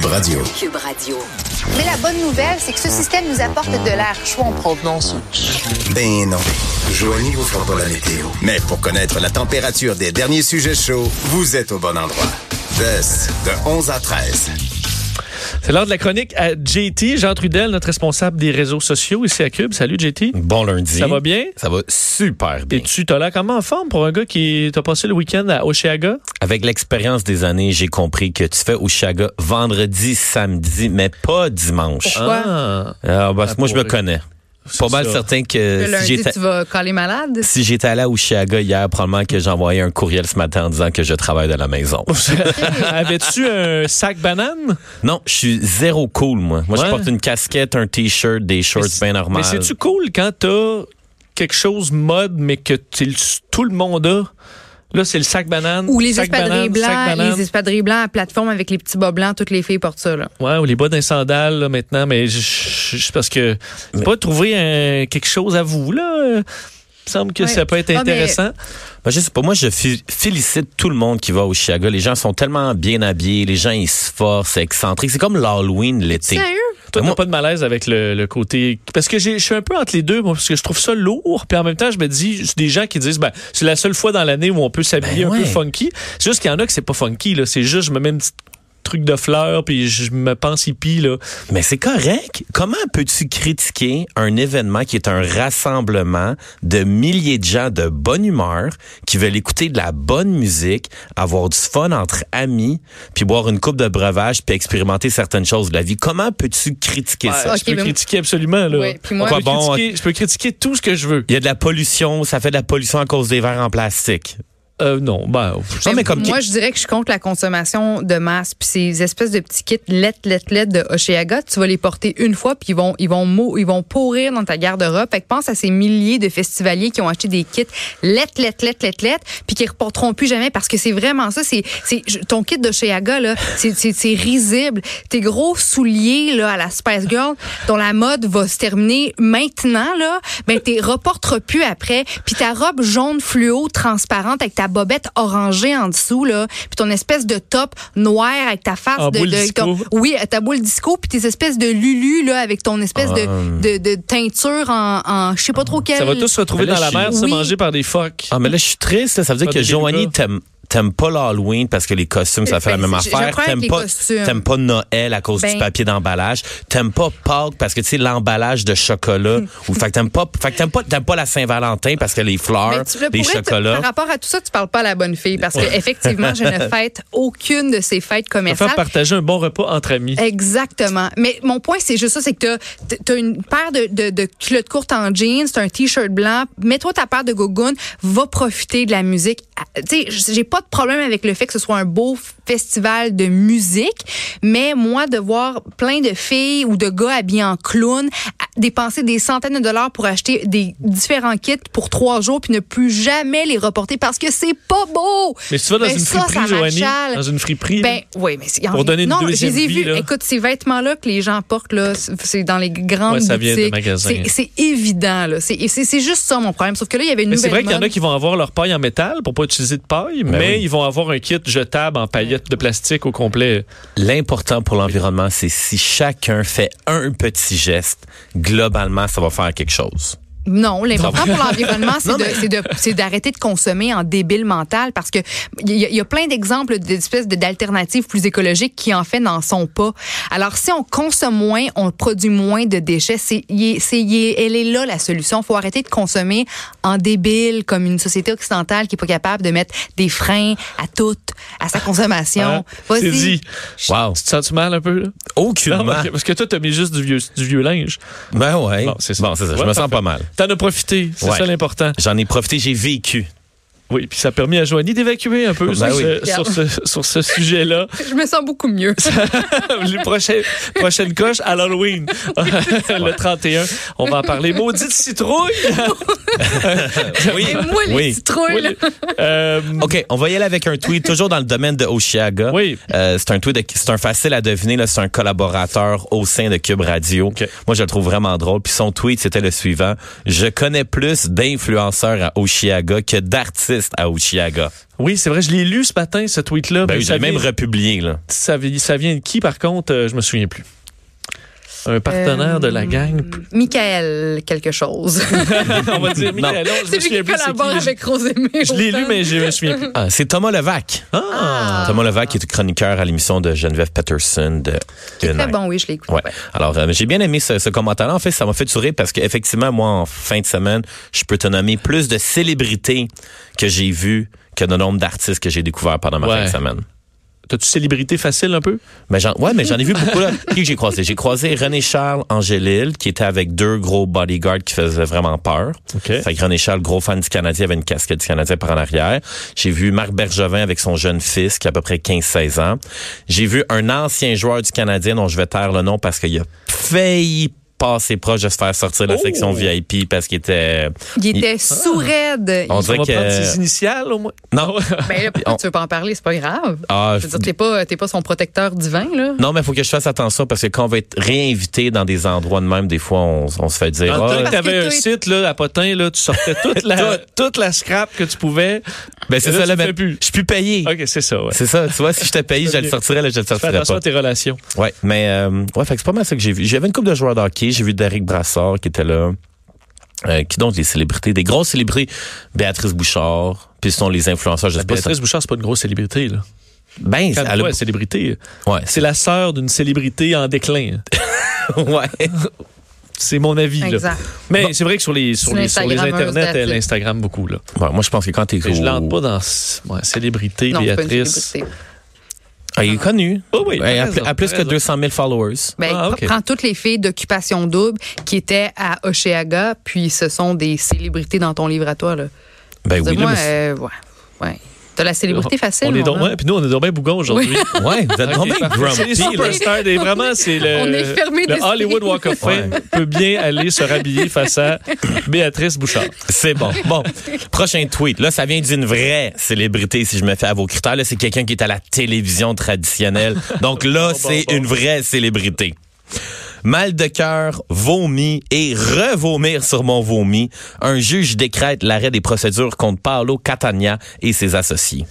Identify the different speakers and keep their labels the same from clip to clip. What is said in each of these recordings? Speaker 1: Radio.
Speaker 2: Cube Radio.
Speaker 3: Mais la bonne nouvelle, c'est que ce système nous apporte de l'air chaud en provenance.
Speaker 1: Ben non. Joignez vous pour la météo. Mais pour connaître la température des derniers sujets chauds, vous êtes au bon endroit. Test de 11 à 13.
Speaker 4: C'est l'heure de la chronique à JT, Jean Trudel, notre responsable des réseaux sociaux ici à Cube. Salut JT.
Speaker 5: Bon lundi.
Speaker 4: Ça va bien?
Speaker 5: Ça va super bien.
Speaker 4: Es-tu, t'as l'air comment en forme pour un gars qui t'a passé le week-end à Oceaga?
Speaker 5: Avec l'expérience des années, j'ai compris que tu fais au Chaga vendredi, samedi, mais pas dimanche.
Speaker 6: Pourquoi?
Speaker 4: Ah.
Speaker 5: Ah, bah,
Speaker 4: Ah,
Speaker 5: moi, je me
Speaker 4: pour-
Speaker 5: connais. Pas mal
Speaker 4: ça.
Speaker 5: certain que
Speaker 6: Le
Speaker 5: si
Speaker 6: lundi,
Speaker 5: j'étais...
Speaker 6: tu vas caler malade?
Speaker 5: Si j'étais allé à Ushiaga hier, probablement que j'envoyais un courriel ce matin en disant que je travaille de la maison.
Speaker 4: Avais-tu un sac banane?
Speaker 5: non, je suis zéro cool, moi. Moi,
Speaker 4: Ouais.
Speaker 5: je porte une casquette, un t-shirt, des shorts bien normales.
Speaker 4: Mais c'est-tu cool quand t'as quelque chose mode, mais que t'es le- tout le monde a? Là, c'est le sac banane.
Speaker 6: Ou les
Speaker 4: sac banane,
Speaker 6: espadrilles
Speaker 4: sac
Speaker 6: blancs,
Speaker 4: banane.
Speaker 6: les espadrilles blancs à plateforme avec les petits bas blancs, toutes les filles portent ça. Là.
Speaker 4: Ouais, ou les bas d'un sandal là, maintenant, mais je- je je- parce que c'est pas trouver un- quelque chose à vous là. euh, Il me semble que
Speaker 6: Ouais.
Speaker 4: ça peut être
Speaker 6: Ah, mais-
Speaker 4: intéressant.
Speaker 5: Moi, Ben, je sais pas. Moi, je fi- félicite tout le monde qui va au Chiaga. Les gens sont tellement bien habillés, les gens, ils se forcent, c'est excentrique. C'est comme l'Halloween l'été.
Speaker 6: Sérieux?
Speaker 4: Toi, t'as
Speaker 5: Moi-
Speaker 4: pas de malaise avec le, le côté. Parce que j'ai- je suis un peu entre les deux, moi, parce que je trouve ça lourd. Puis en même temps, je me dis, c'est des gens qui disent, ben, c'est la seule fois dans l'année où on peut s'habiller
Speaker 5: Ben
Speaker 4: un peu
Speaker 5: ouais.
Speaker 4: funky. C'est juste qu'il y en a que c'est pas funky, là. C'est juste, je me mets un petit truc de fleurs, puis je me pense hippie, là.
Speaker 5: Mais c'est correct. Comment peux-tu critiquer un événement qui est un rassemblement de milliers de gens de bonne humeur qui veulent écouter de la bonne musique, avoir du fun entre amis, puis boire une coupe de breuvage, puis expérimenter certaines choses de la vie? Comment peux-tu critiquer
Speaker 4: Ouais,
Speaker 5: ça?
Speaker 6: ok,
Speaker 4: je peux
Speaker 6: mais-
Speaker 4: critiquer absolument, là.
Speaker 6: Ouais, puis moi-
Speaker 4: je, peux
Speaker 5: Quoi bon, hein?
Speaker 4: critiquer, je peux critiquer tout ce que je veux.
Speaker 5: Il y a de la pollution, ça fait de la pollution à cause des verres en plastique.
Speaker 4: Euh, non, ben, je-
Speaker 5: Non, mais comme
Speaker 6: moi, je dirais que je compte la consommation de masse. Puis ces espèces de petits kits lettres, lettres, lettres de Oceaga, tu vas les porter une fois, puis ils vont, ils vont, mou- ils vont pourrir dans ta garde-robe. Fait que pense à ces milliers de festivaliers qui ont acheté des kits lettres, lettres, lettres, lettres, lettres, puis qui ne reporteront plus jamais parce que c'est vraiment ça. C'est, c'est, je- ton kit d'Oceaga, là, c'est, c'est, c'est risible. Tes gros souliers, là, à la Spice Girl, dont la mode va se terminer maintenant, là, ben, t'es reporteras plus après. Puis ta robe jaune fluo transparente avec ta bobette orangée en dessous, là, puis ton espèce de top noir avec ta face
Speaker 4: En
Speaker 6: de,
Speaker 4: Ah, boule
Speaker 6: de-
Speaker 4: disco.
Speaker 6: ton- oui, ta boule disco, puis tes espèces de lulu, là, avec ton espèce de, de, de teinture en, en je sais pas trop quelle.
Speaker 4: Ah. ça va tous se retrouver
Speaker 5: Mais là,
Speaker 4: dans la
Speaker 5: je-
Speaker 4: mer, se
Speaker 6: oui.
Speaker 4: manger par des phoques.
Speaker 5: Ah, mais là, je suis triste. là. Ça veut dire
Speaker 4: Ah,
Speaker 5: que
Speaker 4: des
Speaker 5: Joanie,
Speaker 4: Lucas.
Speaker 5: t'aimes t'aimes pas l'Halloween parce que les costumes, ça fait la
Speaker 6: Ben,
Speaker 5: même
Speaker 6: j'ai- j'ai un
Speaker 5: affaire.
Speaker 6: problème
Speaker 5: T'aimes
Speaker 6: avec les
Speaker 5: pas,
Speaker 6: costumes.
Speaker 5: t'aimes pas Noël à cause du
Speaker 6: Ben.
Speaker 5: papier d'emballage. T'aimes pas Pâques parce que, tu sais, l'emballage de chocolat.
Speaker 6: Hmm.
Speaker 5: ou, fait que t'aimes pas, fait que t'aimes pas, t'aimes pas la Saint-Valentin parce que les fleurs,
Speaker 6: Mais Ben, tu- le
Speaker 5: les
Speaker 6: pourrais, tu-
Speaker 5: chocolats.
Speaker 6: Par rapport à tout ça, tu parles pas à la bonne fille parce que effectivement, je ne fête aucune de ces fêtes
Speaker 4: Ça fait
Speaker 6: commerciales.
Speaker 4: partager un bon repas entre amis.
Speaker 6: Eh, Exactement. Mais mon point, c'est juste ça, c'est que t'as- t'as une paire de, de, de culottes courtes en jeans, t'as un t-shirt blanc, mets-toi ta paire de gogoons, va profiter de la musique. Ah, Tu sais, j- j'ai pas de problème avec le fait que ce soit un beau f- festival de musique, mais moi, de voir plein de filles ou de gars habillés en clown, à- dépenser des centaines de dollars pour acheter des différents kits pour trois jours puis ne plus jamais les reporter parce que c'est pas beau.
Speaker 4: Mais si tu vas dans
Speaker 6: Ben,
Speaker 4: une
Speaker 6: ça,
Speaker 4: friperie,
Speaker 6: ça
Speaker 4: Joanie,
Speaker 6: m'achale.
Speaker 4: dans une friperie,
Speaker 6: Ben oui, mais c'est-
Speaker 4: Pour donner une
Speaker 6: non,
Speaker 4: deuxième
Speaker 6: je les ai
Speaker 4: vie,
Speaker 6: vus.
Speaker 4: là.
Speaker 6: Écoute, ces vêtements-là que les gens portent là, c'est dans les grandes
Speaker 4: Ouais, ça vient des
Speaker 6: boutiques.
Speaker 4: magasins.
Speaker 6: C'est- C'est évident là. C'est c'est- c'est juste ça mon problème. Sauf que là, il y avait une
Speaker 4: Mais c'est vrai
Speaker 6: nouvelle
Speaker 4: qu'il y en a
Speaker 6: mode.
Speaker 4: qui vont avoir leur paille en métal pour pas utiliser de paille, mais
Speaker 5: Ben oui.
Speaker 4: ils vont avoir un kit jetable en paillettes de plastique au complet.
Speaker 5: L'important pour l'environnement, c'est si chacun fait un petit geste, globalement, ça va faire quelque chose.
Speaker 6: Non, l'important pour l'environnement, c'est de- c'est de- c'est d'arrêter de, consommer en débile mental parce que il y, a- il y a plein d'exemples d'espèces de- d'alternatives plus écologiques qui en fait n'en sont pas. Alors si on consomme moins, on produit moins de déchets. C'est, il est- c'est- il est- elle est là la solution. Faut arrêter de consommer en débile comme une société occidentale qui est pas capable de mettre des freins à tout, à sa consommation.
Speaker 4: Hein?
Speaker 6: Vas-y.
Speaker 4: C'est dit.
Speaker 5: Wow.
Speaker 4: Tu te sens mal un peu là
Speaker 5: Aucunement.
Speaker 4: Non, Ah, ok, parce que toi t'as mis juste du vieux du vieux linge.
Speaker 5: Ben ouais.
Speaker 4: Bon,
Speaker 5: Bon,
Speaker 4: c'est
Speaker 5: c'est
Speaker 4: ça.
Speaker 5: ça.
Speaker 4: Ouais,
Speaker 5: Je me sens
Speaker 4: parfait.
Speaker 5: pas mal.
Speaker 4: T'en as profité, c'est
Speaker 5: Ouais.
Speaker 4: ça l'important.
Speaker 5: J'en ai profité, j'ai vécu.
Speaker 4: Oui, puis ça a permis à Joanie d'évacuer un peu
Speaker 5: Ben
Speaker 4: sur,
Speaker 5: oui.
Speaker 4: ce, sur ce- sur ce sujet-là.
Speaker 6: Je me sens beaucoup mieux.
Speaker 4: les prochaines prochaines coches à l'Halloween, le 31, on va en parler. Maudite citrouille.
Speaker 5: Oui.
Speaker 6: Et Ben, moi les
Speaker 5: oui.
Speaker 6: citrouilles, là.
Speaker 4: Euh,
Speaker 5: OK, on va y aller avec un tweet, toujours dans le domaine de Oshiaga.
Speaker 4: Oui.
Speaker 5: Euh, c'est un tweet, de- c'est un facile à deviner, là, c'est un collaborateur au sein de Cube Radio.
Speaker 4: OK.
Speaker 5: Moi, je le trouve vraiment drôle. Puis son tweet, c'était le suivant. Je connais plus d'influenceurs à Oshiaga que d'artistes résiste à Uchiaga.
Speaker 4: Oui, c'est vrai, je l'ai lu ce matin, ce tweet-là.
Speaker 5: Ben,
Speaker 4: mais
Speaker 5: oui, je
Speaker 4: ça,
Speaker 5: l'ai même
Speaker 4: vient,
Speaker 5: republié, là.
Speaker 4: ça, vi- ça vient de qui, par contre? Euh, je me souviens plus. Un partenaire de la gang.
Speaker 6: Michael quelque chose.
Speaker 4: On va dire Michael. Aude, Je me
Speaker 6: C'est lui
Speaker 4: souviens
Speaker 6: qui
Speaker 4: plus. c'est qui,
Speaker 6: collabore
Speaker 4: mais je-
Speaker 6: avec Rosemée.
Speaker 4: Je l'ai lu,
Speaker 6: Autant.
Speaker 4: mais je me souviens plus.
Speaker 5: Ah, c'est Thomas Levac. Ah. Thomas Levac qui est chroniqueur à l'émission de Geneviève Peterson de Good
Speaker 6: Très
Speaker 5: Night.
Speaker 6: bon, oui, je l'ai écouté.
Speaker 5: Ouais. Alors, euh, j'ai bien aimé ce, ce commentaire-là. En fait, ça m'a fait sourire parce qu'effectivement, moi, en fin de semaine, je peux te nommer plus de célébrités que j'ai vues que le nombre d'artistes que j'ai découverts pendant ma
Speaker 4: Ouais.
Speaker 5: fin de semaine.
Speaker 4: T'as-tu célébrité facile un peu?
Speaker 5: Mais j'en, ouais, mais j'en ai vu beaucoup là. Qui que j'ai croisé? J'ai croisé René Charles Angélil, qui était avec deux gros bodyguards qui faisaient vraiment peur.
Speaker 4: OK.
Speaker 5: Fait que René Charles, gros fan du Canadien, avait une casquette du Canadien par en arrière. J'ai vu Marc Bergevin avec son jeune fils, qui a à peu près 15-16 ans. J'ai vu un ancien joueur du Canadien dont je vais taire le nom parce qu'il a failli passer proche de se faire sortir de la
Speaker 4: Oh!
Speaker 5: section VIP parce qu'il était...
Speaker 6: Il était sourd-raide.
Speaker 5: On
Speaker 6: Il-
Speaker 5: dirait
Speaker 4: On va
Speaker 5: que...
Speaker 4: prendre ses initiales, au moins.
Speaker 5: Non.
Speaker 6: Ben là, pourquoi tu veux pas en parler? C'est pas grave.
Speaker 5: Ah,
Speaker 6: Je veux dire, t'es pas, t'es pas son protecteur divin, là.
Speaker 5: Non, mais il faut que je fasse attention parce que quand on va être réinvité dans des endroits de même, des fois, on, on se fait dire.
Speaker 4: Dans
Speaker 5: Ah,
Speaker 4: le temps que t'avais
Speaker 6: Parce que
Speaker 4: un
Speaker 6: toi-
Speaker 4: site là, à Potin, là, tu sortais toute la, toute la scrap que tu pouvais.
Speaker 5: ben, c'est
Speaker 4: Et là,
Speaker 5: ça,
Speaker 4: tu
Speaker 5: là,
Speaker 4: le
Speaker 5: mais
Speaker 4: fais plus.
Speaker 5: je suis plus payé.
Speaker 4: OK, c'est ça, ouais.
Speaker 5: C'est ça, tu vois, si je te paye, je le sortirais, là, je le
Speaker 4: Fais
Speaker 5: sortirais
Speaker 4: attention
Speaker 5: pas.
Speaker 4: à tes relations.
Speaker 5: Ouais, mais, euh, ouais, fait que c'est pas mal ça que j'ai vu. J'avais une couple de joueurs de hockey, j'ai vu Derek Brassard qui était là. Euh, qui donc des célébrités, des grosses célébrités, Béatrice Bouchard, puis ce sont les influenceurs, je sais pas. si-
Speaker 4: Béatrice Bouchard, c'est pas une grosse célébrité. Là.
Speaker 5: Ben,
Speaker 4: Quand
Speaker 5: elle a-
Speaker 4: quoi, célébrité?
Speaker 5: ouais,
Speaker 4: C'est la sœur d'une célébrité en déclin.
Speaker 5: ouais.
Speaker 4: C'est mon avis. là.
Speaker 6: Exact.
Speaker 4: Mais c'est vrai que sur les, sur
Speaker 6: C'est
Speaker 4: les, sur les
Speaker 6: l'Instagrammeuse
Speaker 4: internets, elle
Speaker 6: d'Athlète.
Speaker 4: Instagram beaucoup. Là.
Speaker 5: Ouais, moi je pense que quand t'es
Speaker 4: Mais je l'entre pas
Speaker 5: gros-
Speaker 4: dans c- ouais, célébrité,
Speaker 6: Non, c'est pas une
Speaker 4: Béatrice.
Speaker 6: célébrité.
Speaker 5: Ah, il est connu.
Speaker 4: Oh oui,
Speaker 5: Ouais,
Speaker 4: t'as
Speaker 5: à,
Speaker 4: raison,
Speaker 5: plus- à plus
Speaker 4: t'as
Speaker 5: que
Speaker 4: raison.
Speaker 5: 200 000 followers.
Speaker 6: Ben,
Speaker 4: Ah, ok.
Speaker 6: Prends toutes les filles d'occupation double qui étaient à Oceaga, puis ce sont des célébrités dans ton livre à toi. Là.
Speaker 5: Ben oui, là,
Speaker 6: Moi,
Speaker 5: mais c'est-
Speaker 6: euh, ouais. ouais. T'as la célébrité facile.
Speaker 4: Ah, on est
Speaker 6: mon
Speaker 4: donc,
Speaker 6: homme.
Speaker 4: ouais, puis nous, on est donc bien bougon aujourd'hui.
Speaker 5: Ouais, vous êtes
Speaker 4: Oh Ok,
Speaker 5: donc bien
Speaker 4: parfait.
Speaker 5: grumpy,
Speaker 4: C'est les
Speaker 5: là.
Speaker 4: superstars. Des, vraiment, c'est le,
Speaker 6: On est fermé
Speaker 4: le
Speaker 6: d'esprit.
Speaker 4: Hollywood Walk of Fame peut bien aller se rhabiller face à Béatrice Bouchard.
Speaker 5: C'est bon. Bon, prochain tweet. Là, ça vient d'une vraie célébrité, si je me fais à vos critères. Là, c'est quelqu'un qui est à la télévision traditionnelle. Donc là, c'est une vraie célébrité. Mal de cœur, vomi et revomir sur mon vomi. Un juge décrète l'arrêt des procédures contre Paolo Catania et ses associés.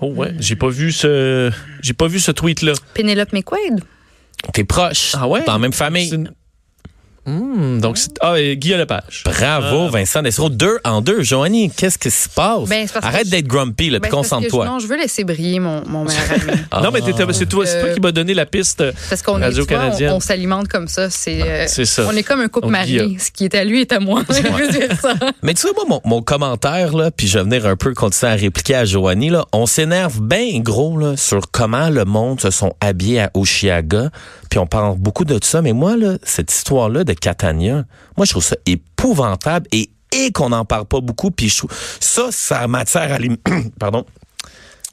Speaker 4: Oh ouais, j'ai pas vu ce j'ai pas vu ce tweet là.
Speaker 6: Pénélope McQuaid.
Speaker 5: T'es proche.
Speaker 4: Ah ouais?
Speaker 5: Dans la même famille.
Speaker 4: donc c'est ah et Guy Lepage. Ah.
Speaker 5: Bravo, Vincent Dessereau. Deux en deux. Joanie, qu'est-ce qui se passe?
Speaker 6: Ben, c'est parce que
Speaker 5: Arrête
Speaker 6: je-
Speaker 5: d'être grumpy, là, puis
Speaker 6: Ben, c'est parce que je-
Speaker 5: concentre-toi.
Speaker 6: Non, je veux laisser briller mon, mon meilleur ami.
Speaker 4: Non mais t'es- t'es- c'est toi c'est toi
Speaker 6: Euh,
Speaker 4: qui m'a donné la piste.
Speaker 6: Parce qu'on est, tu vois,
Speaker 4: Radio-Canadienne.
Speaker 6: on, on s'alimente comme ça. C'est euh,
Speaker 4: c'est ça.
Speaker 6: On est comme un couple
Speaker 4: On
Speaker 6: marié.
Speaker 4: guillot.
Speaker 6: Ce qui est à lui est à moi. Je veux dire ça.
Speaker 5: Mais tu sais, moi, mon, mon commentaire, là, puis je vais venir un peu continuer à répliquer à Joanie, là, on s'énerve bien gros là, sur comment le monde se sont habillés à Oshiaga, puis on parle beaucoup de ça, mais moi, là, cette histoire-là de Catania, moi, je trouve ça épouvantable et, et qu'on n'en parle pas beaucoup, puis je trouve ça, ça a matière à l'im- Pardon.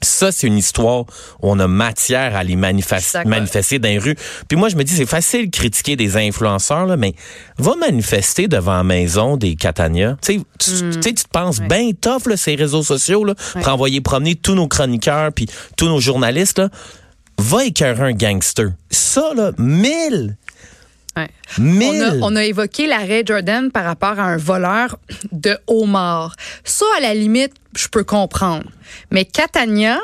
Speaker 5: Ça, c'est une histoire où on a matière à les manifas-
Speaker 6: Je suis d'accord.
Speaker 5: manifester dans les rues. Puis moi, je me dis, c'est facile de critiquer des influenceurs, là, mais va manifester devant la maison des Catania. Tu sais, tu-
Speaker 6: Hmm.
Speaker 5: tu sais, tu te penses bien tough, là, ces réseaux sociaux, là, pour envoyer promener tous nos chroniqueurs puis tous nos journalistes. Là. Va écœurer un gangster. Ça, là, mille,
Speaker 6: Ouais. On a,
Speaker 5: mille...
Speaker 6: on a évoqué l'arrêt Jordan par rapport à un voleur de homard. Ça, à la limite, je peux comprendre. Mais Catania,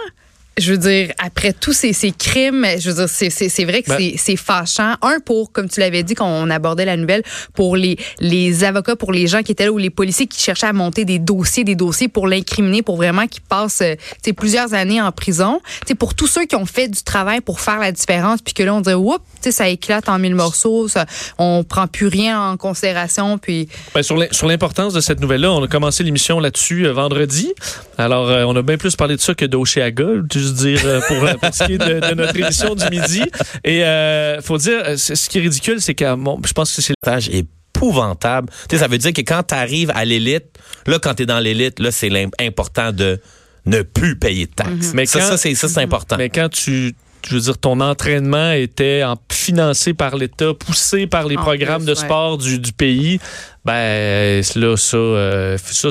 Speaker 6: je veux dire, après tous ces, ces crimes, je veux dire, c'est, c'est- c'est vrai que
Speaker 4: Ben-
Speaker 6: c'est, c'est fâchant. Un, pour, comme tu l'avais dit quand on abordait la nouvelle, pour les, les avocats, pour les gens qui étaient là ou les policiers qui cherchaient à monter des dossiers, des dossiers pour l'incriminer, pour vraiment qu'il passe euh, tu sais, plusieurs années en prison. Tu sais, pour tous ceux qui ont fait du travail pour faire la différence, puis que là, on dirait, oups, tu sais, ça éclate en mille morceaux, ça, on prend plus rien en considération, puis
Speaker 4: Ben, sur l'im- sur l'importance de cette nouvelle là, on a commencé l'émission là-dessus euh, vendredi. Alors euh, on a bien plus parlé de ça que d'Oceaga, tu veux dire euh, pour, euh, pour ce qui est de, de notre émission du midi et euh, faut dire euh, c- ce qui est ridicule c'est qu'à mon- je pense que c'est
Speaker 5: avantage épouvantable. Tu sais, ça veut dire que quand tu arrives à l'élite, là, quand tu es dans l'élite, là, c'est l'im- important de ne plus payer de taxes.
Speaker 4: Mais
Speaker 5: ça,
Speaker 4: quand-
Speaker 5: ça, c'est, ça, c'est important.
Speaker 4: Mais quand tu, je veux dire, ton entraînement était en- financé par l'État, poussé par les
Speaker 6: En
Speaker 4: programmes
Speaker 6: plus,
Speaker 4: de
Speaker 6: ouais.
Speaker 4: sport du, du pays, ben euh, là, ça, euh, ça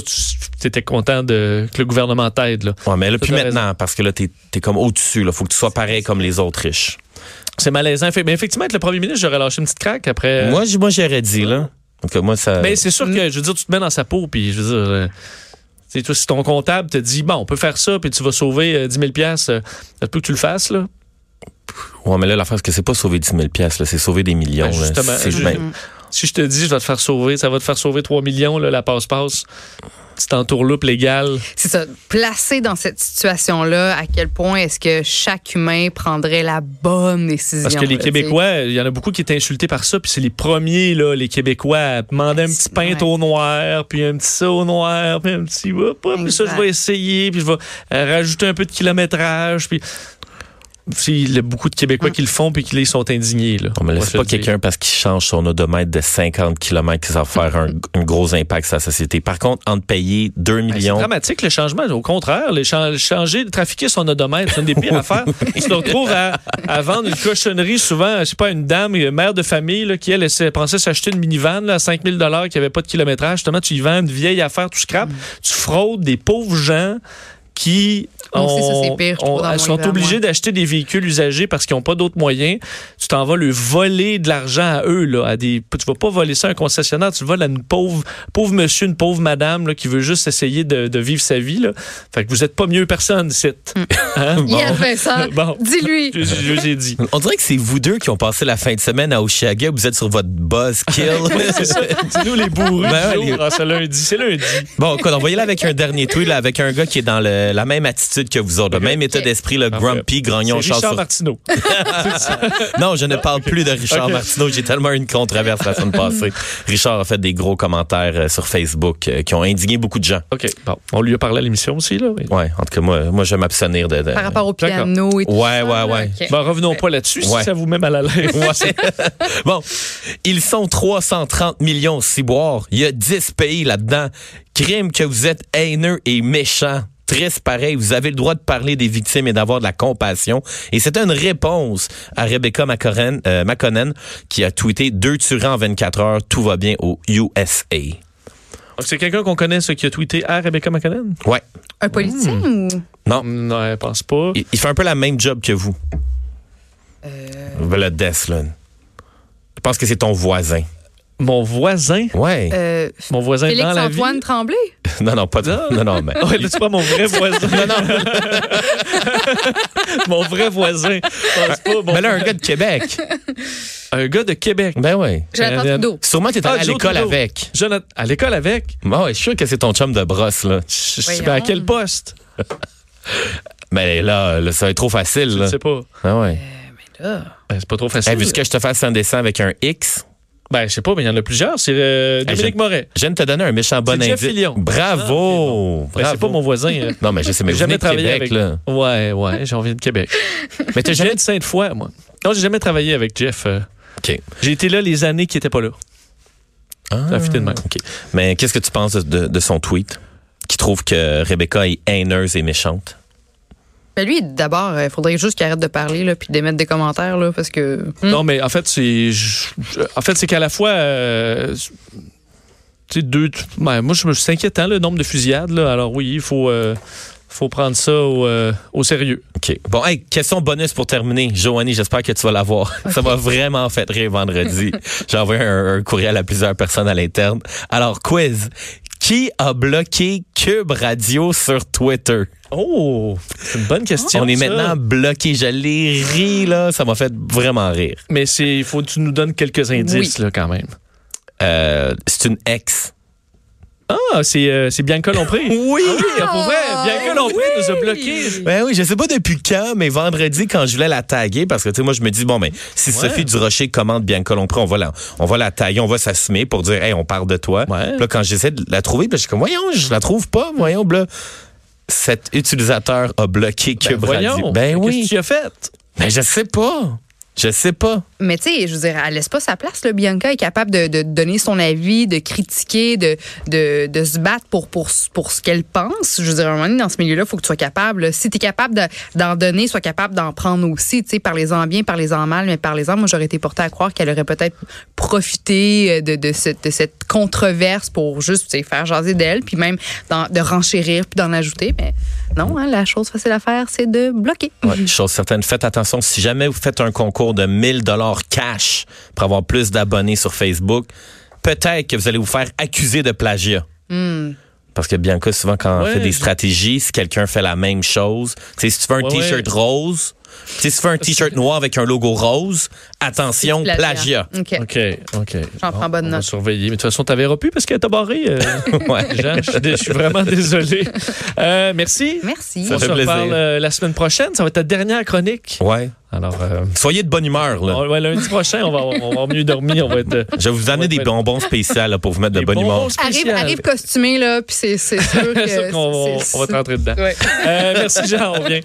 Speaker 4: tu étais content de, que le gouvernement t'aide. là.
Speaker 5: Ouais, mais là,
Speaker 4: Ça,
Speaker 5: plus
Speaker 4: t'as
Speaker 5: maintenant, parce que là, t'es, t'es comme au-dessus, là. Faut que tu sois pareil comme les autres riches.
Speaker 4: C'est malaisant. Fait- Mais effectivement, être le premier ministre, j'aurais lâché une petite craque après. euh,
Speaker 5: Moi, j- moi, j'aurais dit, là. Donc, moi, ça.
Speaker 4: mais c'est sûr que, je veux dire, tu te mets dans sa peau, puis je veux dire, euh, C'est toi, si ton comptable te dit, bon, on peut faire ça, puis tu vas sauver euh, 10 000 pièces, ça peut que tu le fasses, là.
Speaker 5: Ouais, mais là, la phrase que c'est pas sauver 10 000 piastres, là, c'est sauver des millions.
Speaker 4: Ben,
Speaker 5: là.
Speaker 4: justement,
Speaker 5: C'est-
Speaker 4: je-
Speaker 5: ben,
Speaker 4: Si je te dis, je vais te faire sauver, ça va te faire sauver 3 millions, là, la passe-passe, petite entourloupe légale.
Speaker 6: C'est ça. Placé dans cette situation-là, à quel point est-ce que chaque humain prendrait la bonne décision?
Speaker 4: Parce que les
Speaker 6: là, tu sais?
Speaker 4: Québécois, il y en a beaucoup qui étaient insultés par ça, puis c'est les premiers, là, les Québécois, à demander un petit
Speaker 6: Ouais.
Speaker 4: peintre au noir, puis un petit ça au noir, puis un petit, hop, hop, puis ça, je
Speaker 6: Exact.
Speaker 4: vais essayer, puis je vais euh, rajouter un peu de kilométrage, puis. Si, Il y a beaucoup de
Speaker 6: Hum.
Speaker 4: Québécois qui le font, puis qui les sont indignés, là.
Speaker 5: on me laisse
Speaker 4: On va
Speaker 5: pas
Speaker 4: se le dire.
Speaker 5: quelqu'un parce qu'il change son odomètre de 50 km qui va faire un, un gros impact sur la société. Par contre, entre payer 2
Speaker 4: Ben, C'est
Speaker 5: millions,
Speaker 4: dramatique le changement. Au contraire, le chan- changer, trafiquer son odomètre, c'est une des pires affaires. Tu te retrouves à, à vendre une cochonnerie souvent, je sais pas, une dame, une mère de famille là, qui, elle, essaie- pensait s'acheter une minivan là, à 5 000 qui avait pas de kilométrage. Justement, tu y vends une vieille affaire, tu scrapes, tu fraudes des pauvres gens qui
Speaker 6: Moi aussi, Ah ça, c'est pire, je trouve, dans mon
Speaker 4: sont
Speaker 6: hiver,
Speaker 4: obligés
Speaker 6: moi.
Speaker 4: d'acheter des véhicules usagés parce qu'ils n'ont pas d'autres moyens. Tu t'en vas le voler de l'argent à eux. Là, à des, tu vas pas voler ça à un concessionnaire, tu le voles à une pauvre, pauvre monsieur, une pauvre madame là, qui veut juste essayer de, de vivre sa vie. Là. Fait que vous n'êtes pas mieux personne, c'est.
Speaker 6: Mm. Il a fait ça.
Speaker 4: Bon.
Speaker 6: Dis-lui.
Speaker 4: Je, je vous ai dit.
Speaker 5: on dirait que c'est vous deux qui ont passé la fin de semaine à Oshiaga. Vous êtes sur votre buzzkill.
Speaker 4: C'est ça. C'est nous les bourreux.
Speaker 5: Ben
Speaker 4: du
Speaker 5: ouais,
Speaker 4: jour. Ah, c'est lundi. C'est lundi.
Speaker 5: Bon, écoute, envoyez-la avec un dernier tweet, là, avec un gars qui est dans le- la même attitude que vous autres, le même état d'esprit, le grumpy,
Speaker 4: C'est
Speaker 5: grognon,
Speaker 4: Richard
Speaker 5: chasse sur...
Speaker 4: Martineau.
Speaker 5: Non, je ne parle plus de Richard
Speaker 4: Ok.
Speaker 5: Martineau. J'ai tellement eu une controverse la semaine passée. Richard a fait des gros commentaires euh, sur Facebook euh, qui ont indigné beaucoup de gens.
Speaker 4: OK. Bon, on lui a parlé à l'émission aussi. Là. mais-
Speaker 5: Ouais, en tout cas, moi, moi je vais m'abstenir de... de-
Speaker 6: Par rapport au piano et tout
Speaker 5: Ouais,
Speaker 6: ça,
Speaker 5: ouais,
Speaker 6: là,
Speaker 5: ouais.
Speaker 6: ok.
Speaker 4: Ben, revenons pas là-dessus
Speaker 5: Ouais.
Speaker 4: si ça vous met mal à l'aise.
Speaker 5: Ouais. bon, ils sont 330 millions ciboires. Il y a 10 pays là-dedans. Crime que vous êtes haineux et méchant. Triste pareil, vous avez le droit de parler des victimes et d'avoir de la compassion. Et c'était une réponse à Rebecca McConnen, euh, McConnen, qui a tweeté deux tueries en 24 heures, tout va bien au USA.
Speaker 4: C'est quelqu'un qu'on connaît, ce qui a tweeté à Rebecca McConnell?
Speaker 5: Ouais.
Speaker 6: Un politicien ou.
Speaker 4: Non, elle pense pas.
Speaker 5: Il, il fait un peu la même job que vous. Le death, là. Je pense que c'est ton voisin.
Speaker 4: Mon voisin.
Speaker 5: Ouais.
Speaker 6: euh,
Speaker 4: Mon voisin dans la vie.
Speaker 6: Félix-Antoine Tremblay?
Speaker 5: Non, non, pas de... Non, non, mais...
Speaker 4: Ouais, là, c'est pas mon vrai voisin. mon vrai voisin. Je pense pas, mon-
Speaker 5: Mais là, un gars de Québec.
Speaker 4: Un gars de Québec.
Speaker 5: Ben oui.
Speaker 6: Jonathan
Speaker 4: Ariane.
Speaker 6: Trudeau.
Speaker 5: Sûrement que t'es
Speaker 4: Ah,
Speaker 5: allé à
Speaker 4: Joe
Speaker 5: l'école
Speaker 4: Trudeau.
Speaker 5: avec.
Speaker 4: Jonathan, à l'école avec.
Speaker 5: Bon, ouais, je suis sûr que c'est ton chum de brosse, là.
Speaker 4: Je sais
Speaker 6: Voyons.
Speaker 4: pas à quel poste.
Speaker 5: Mais Ben là, là, ça va être trop facile,
Speaker 4: Je
Speaker 5: là.
Speaker 4: sais pas.
Speaker 5: Ah ouais.
Speaker 4: Ben, c'est pas trop
Speaker 5: Hey,
Speaker 4: facile.
Speaker 5: veux-tu que je te fasse un dessin avec un X?
Speaker 4: Ben, je sais pas, mais il y en a plusieurs. C'est euh, Dominique
Speaker 5: je-
Speaker 4: Moret.
Speaker 5: Je viens de te donner un méchant bon
Speaker 4: C'est Jeff
Speaker 5: indice.
Speaker 4: Fillion.
Speaker 5: Bravo!
Speaker 4: Ben,
Speaker 5: Bravo.
Speaker 4: c'est pas mon voisin. euh.
Speaker 5: Non, mais je sais, mais
Speaker 4: J'ai
Speaker 5: vous venez
Speaker 4: jamais
Speaker 5: de Québec,
Speaker 4: travaillé avec.
Speaker 5: là.
Speaker 4: Ouais, ouais, j'ai envie de Québec. mais t'as jamais de Sainte-Foy, moi. Non, j'ai jamais travaillé avec Jeff. euh.
Speaker 5: OK.
Speaker 4: J'ai été là les années qui étaient pas là.
Speaker 5: Ah.
Speaker 4: Ça a fité de même.
Speaker 5: OK. Mais qu'est-ce que tu penses de, de- de son tweet? Qui trouve que Rebecca est haineuse et méchante?
Speaker 6: Ben lui, d'abord, il faudrait juste qu'il arrête de parler là, puis d'émettre des commentaires là, parce que. Hmm.
Speaker 4: Non, mais en fait, c'est. je- je- En fait, c'est qu'à la fois. euh, tu sais, deux. tu- ben, moi, je me suis inquiétant, le nombre de fusillades, là. Alors, oui, il faut. euh, faut prendre ça au, euh, au sérieux.
Speaker 5: OK. Bon, hey, question bonus pour terminer. Joanie, j'espère que tu vas l'avoir. Ça m'a vraiment fait rire vendredi. J'ai envoyé un, un courriel à plusieurs personnes à l'interne. Alors, quiz. Qui a bloqué Cube Radio sur Twitter?
Speaker 4: Oh, c'est une bonne question.
Speaker 5: On est
Speaker 4: ça.
Speaker 5: maintenant bloqué. Je l'ai ri, là. Ça m'a fait vraiment rire.
Speaker 4: Mais c'est, faut que tu nous donnes quelques indices, là, quand même.
Speaker 5: Euh, c'est une ex.
Speaker 4: Ah, c'est, euh, c'est Bianca Lompré.
Speaker 5: Oui!
Speaker 4: Ah oui, pour vrai, Bianca Lompré nous a bloqués.
Speaker 5: Ben oui, je sais pas depuis quand, mais vendredi, quand je voulais la taguer, parce que tu sais, moi, je me dis, bon, mais si Sophie Durocher commande bien que l'on prend, on va la, on va la taguer, on va s'assumer pour dire, hey, on parle de toi.
Speaker 4: Ouais.
Speaker 5: Puis Là, quand j'essaie de la trouver, ben, je suis comme, voyons, je la trouve pas, voyons, là. Cet utilisateur a bloqué
Speaker 4: Ben,
Speaker 5: Cube
Speaker 4: voyons.
Speaker 5: Radio. Ben
Speaker 4: Qu'est-ce
Speaker 5: oui.
Speaker 4: que tu as fait?
Speaker 5: Ben je sais pas. Je sais pas.
Speaker 6: Mais tu sais, je veux dire, elle laisse pas sa place. Là. Bianca est capable de, de donner son avis, de critiquer, de, de, de se battre pour, pour, pour ce qu'elle pense. Je veux dire, à un moment donné, dans ce milieu-là, il faut que tu sois capable. là. Si tu es capable de- d'en donner, sois capable d'en prendre aussi. Tu sais, parlez-en bien, parlez-en mal, mais parlez-en. Moi, j'aurais été portée à croire qu'elle aurait peut-être profité euh, de, de, ce- de cette controverse pour juste tu sais, faire jaser d'elle, puis même d'en- de renchérir, puis d'en ajouter. Mais non, hein, la chose facile à faire, c'est de bloquer.
Speaker 5: Ouais,
Speaker 4: Mhm.
Speaker 5: chose certaine, faites attention. Si jamais vous faites un concours de 1000 dollars cash pour avoir plus d'abonnés sur Facebook, peut-être que vous allez vous faire accuser de plagiat. Parce que Bianca, souvent, quand
Speaker 4: Hmm. Ouais,
Speaker 5: on fait des
Speaker 4: je-
Speaker 5: stratégies, si quelqu'un fait la même chose, tu sais, si tu fais un
Speaker 4: Ouais,
Speaker 5: t-shirt
Speaker 4: ouais.
Speaker 5: rose, tu sais, si tu fais un t-shirt noir avec un logo rose, attention, plagiat.
Speaker 6: OK.
Speaker 4: OK, OK.
Speaker 6: J'en prends bonne
Speaker 4: on va
Speaker 6: note.
Speaker 4: surveiller. Mais de toute façon, tu verras plus parce qu'elle t'a barré. euh,
Speaker 5: Ouais.
Speaker 4: Jean, je suis dé- je suis vraiment désolé. Euh, merci.
Speaker 6: Merci.
Speaker 5: Ça
Speaker 4: on
Speaker 5: fait
Speaker 4: se
Speaker 5: plaisir.
Speaker 4: reparle euh, la semaine prochaine. Ça va être ta dernière chronique.
Speaker 5: Ouais.
Speaker 4: Alors, euh,
Speaker 5: Soyez de bonne humeur, là.
Speaker 4: on- ouais, lundi prochain, on va, on va avoir mieux dormi. On va être. euh,
Speaker 5: Je vais vous amener
Speaker 4: Ouais,
Speaker 5: des
Speaker 4: ouais.
Speaker 5: bonbons spéciaux là, pour vous mettre de
Speaker 4: des
Speaker 5: bonne
Speaker 4: bonbons
Speaker 5: humeur.
Speaker 6: Arrive,
Speaker 4: spéciaux.
Speaker 6: arrive costumé, là, puis c'est c'est sûr que...
Speaker 4: euh, C'est sûr qu'on va-
Speaker 6: c'est-
Speaker 4: on va te rentrer dedans.
Speaker 6: Ouais.
Speaker 4: Euh, merci, Jean. On revient.